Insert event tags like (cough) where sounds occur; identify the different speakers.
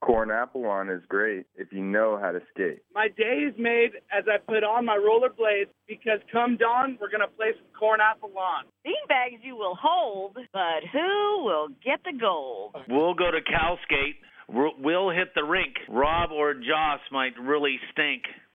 Speaker 1: Corn apple on is great if you know how to skate.
Speaker 2: My day is made as I put on my rollerblades because come dawn, we're going to play some corn apple lawn.
Speaker 3: Beanbags you will hold, but who will get the gold?
Speaker 4: (laughs) We'll go to Calskate. We'll- We'll hit the rink. Rob or Joss might really stink.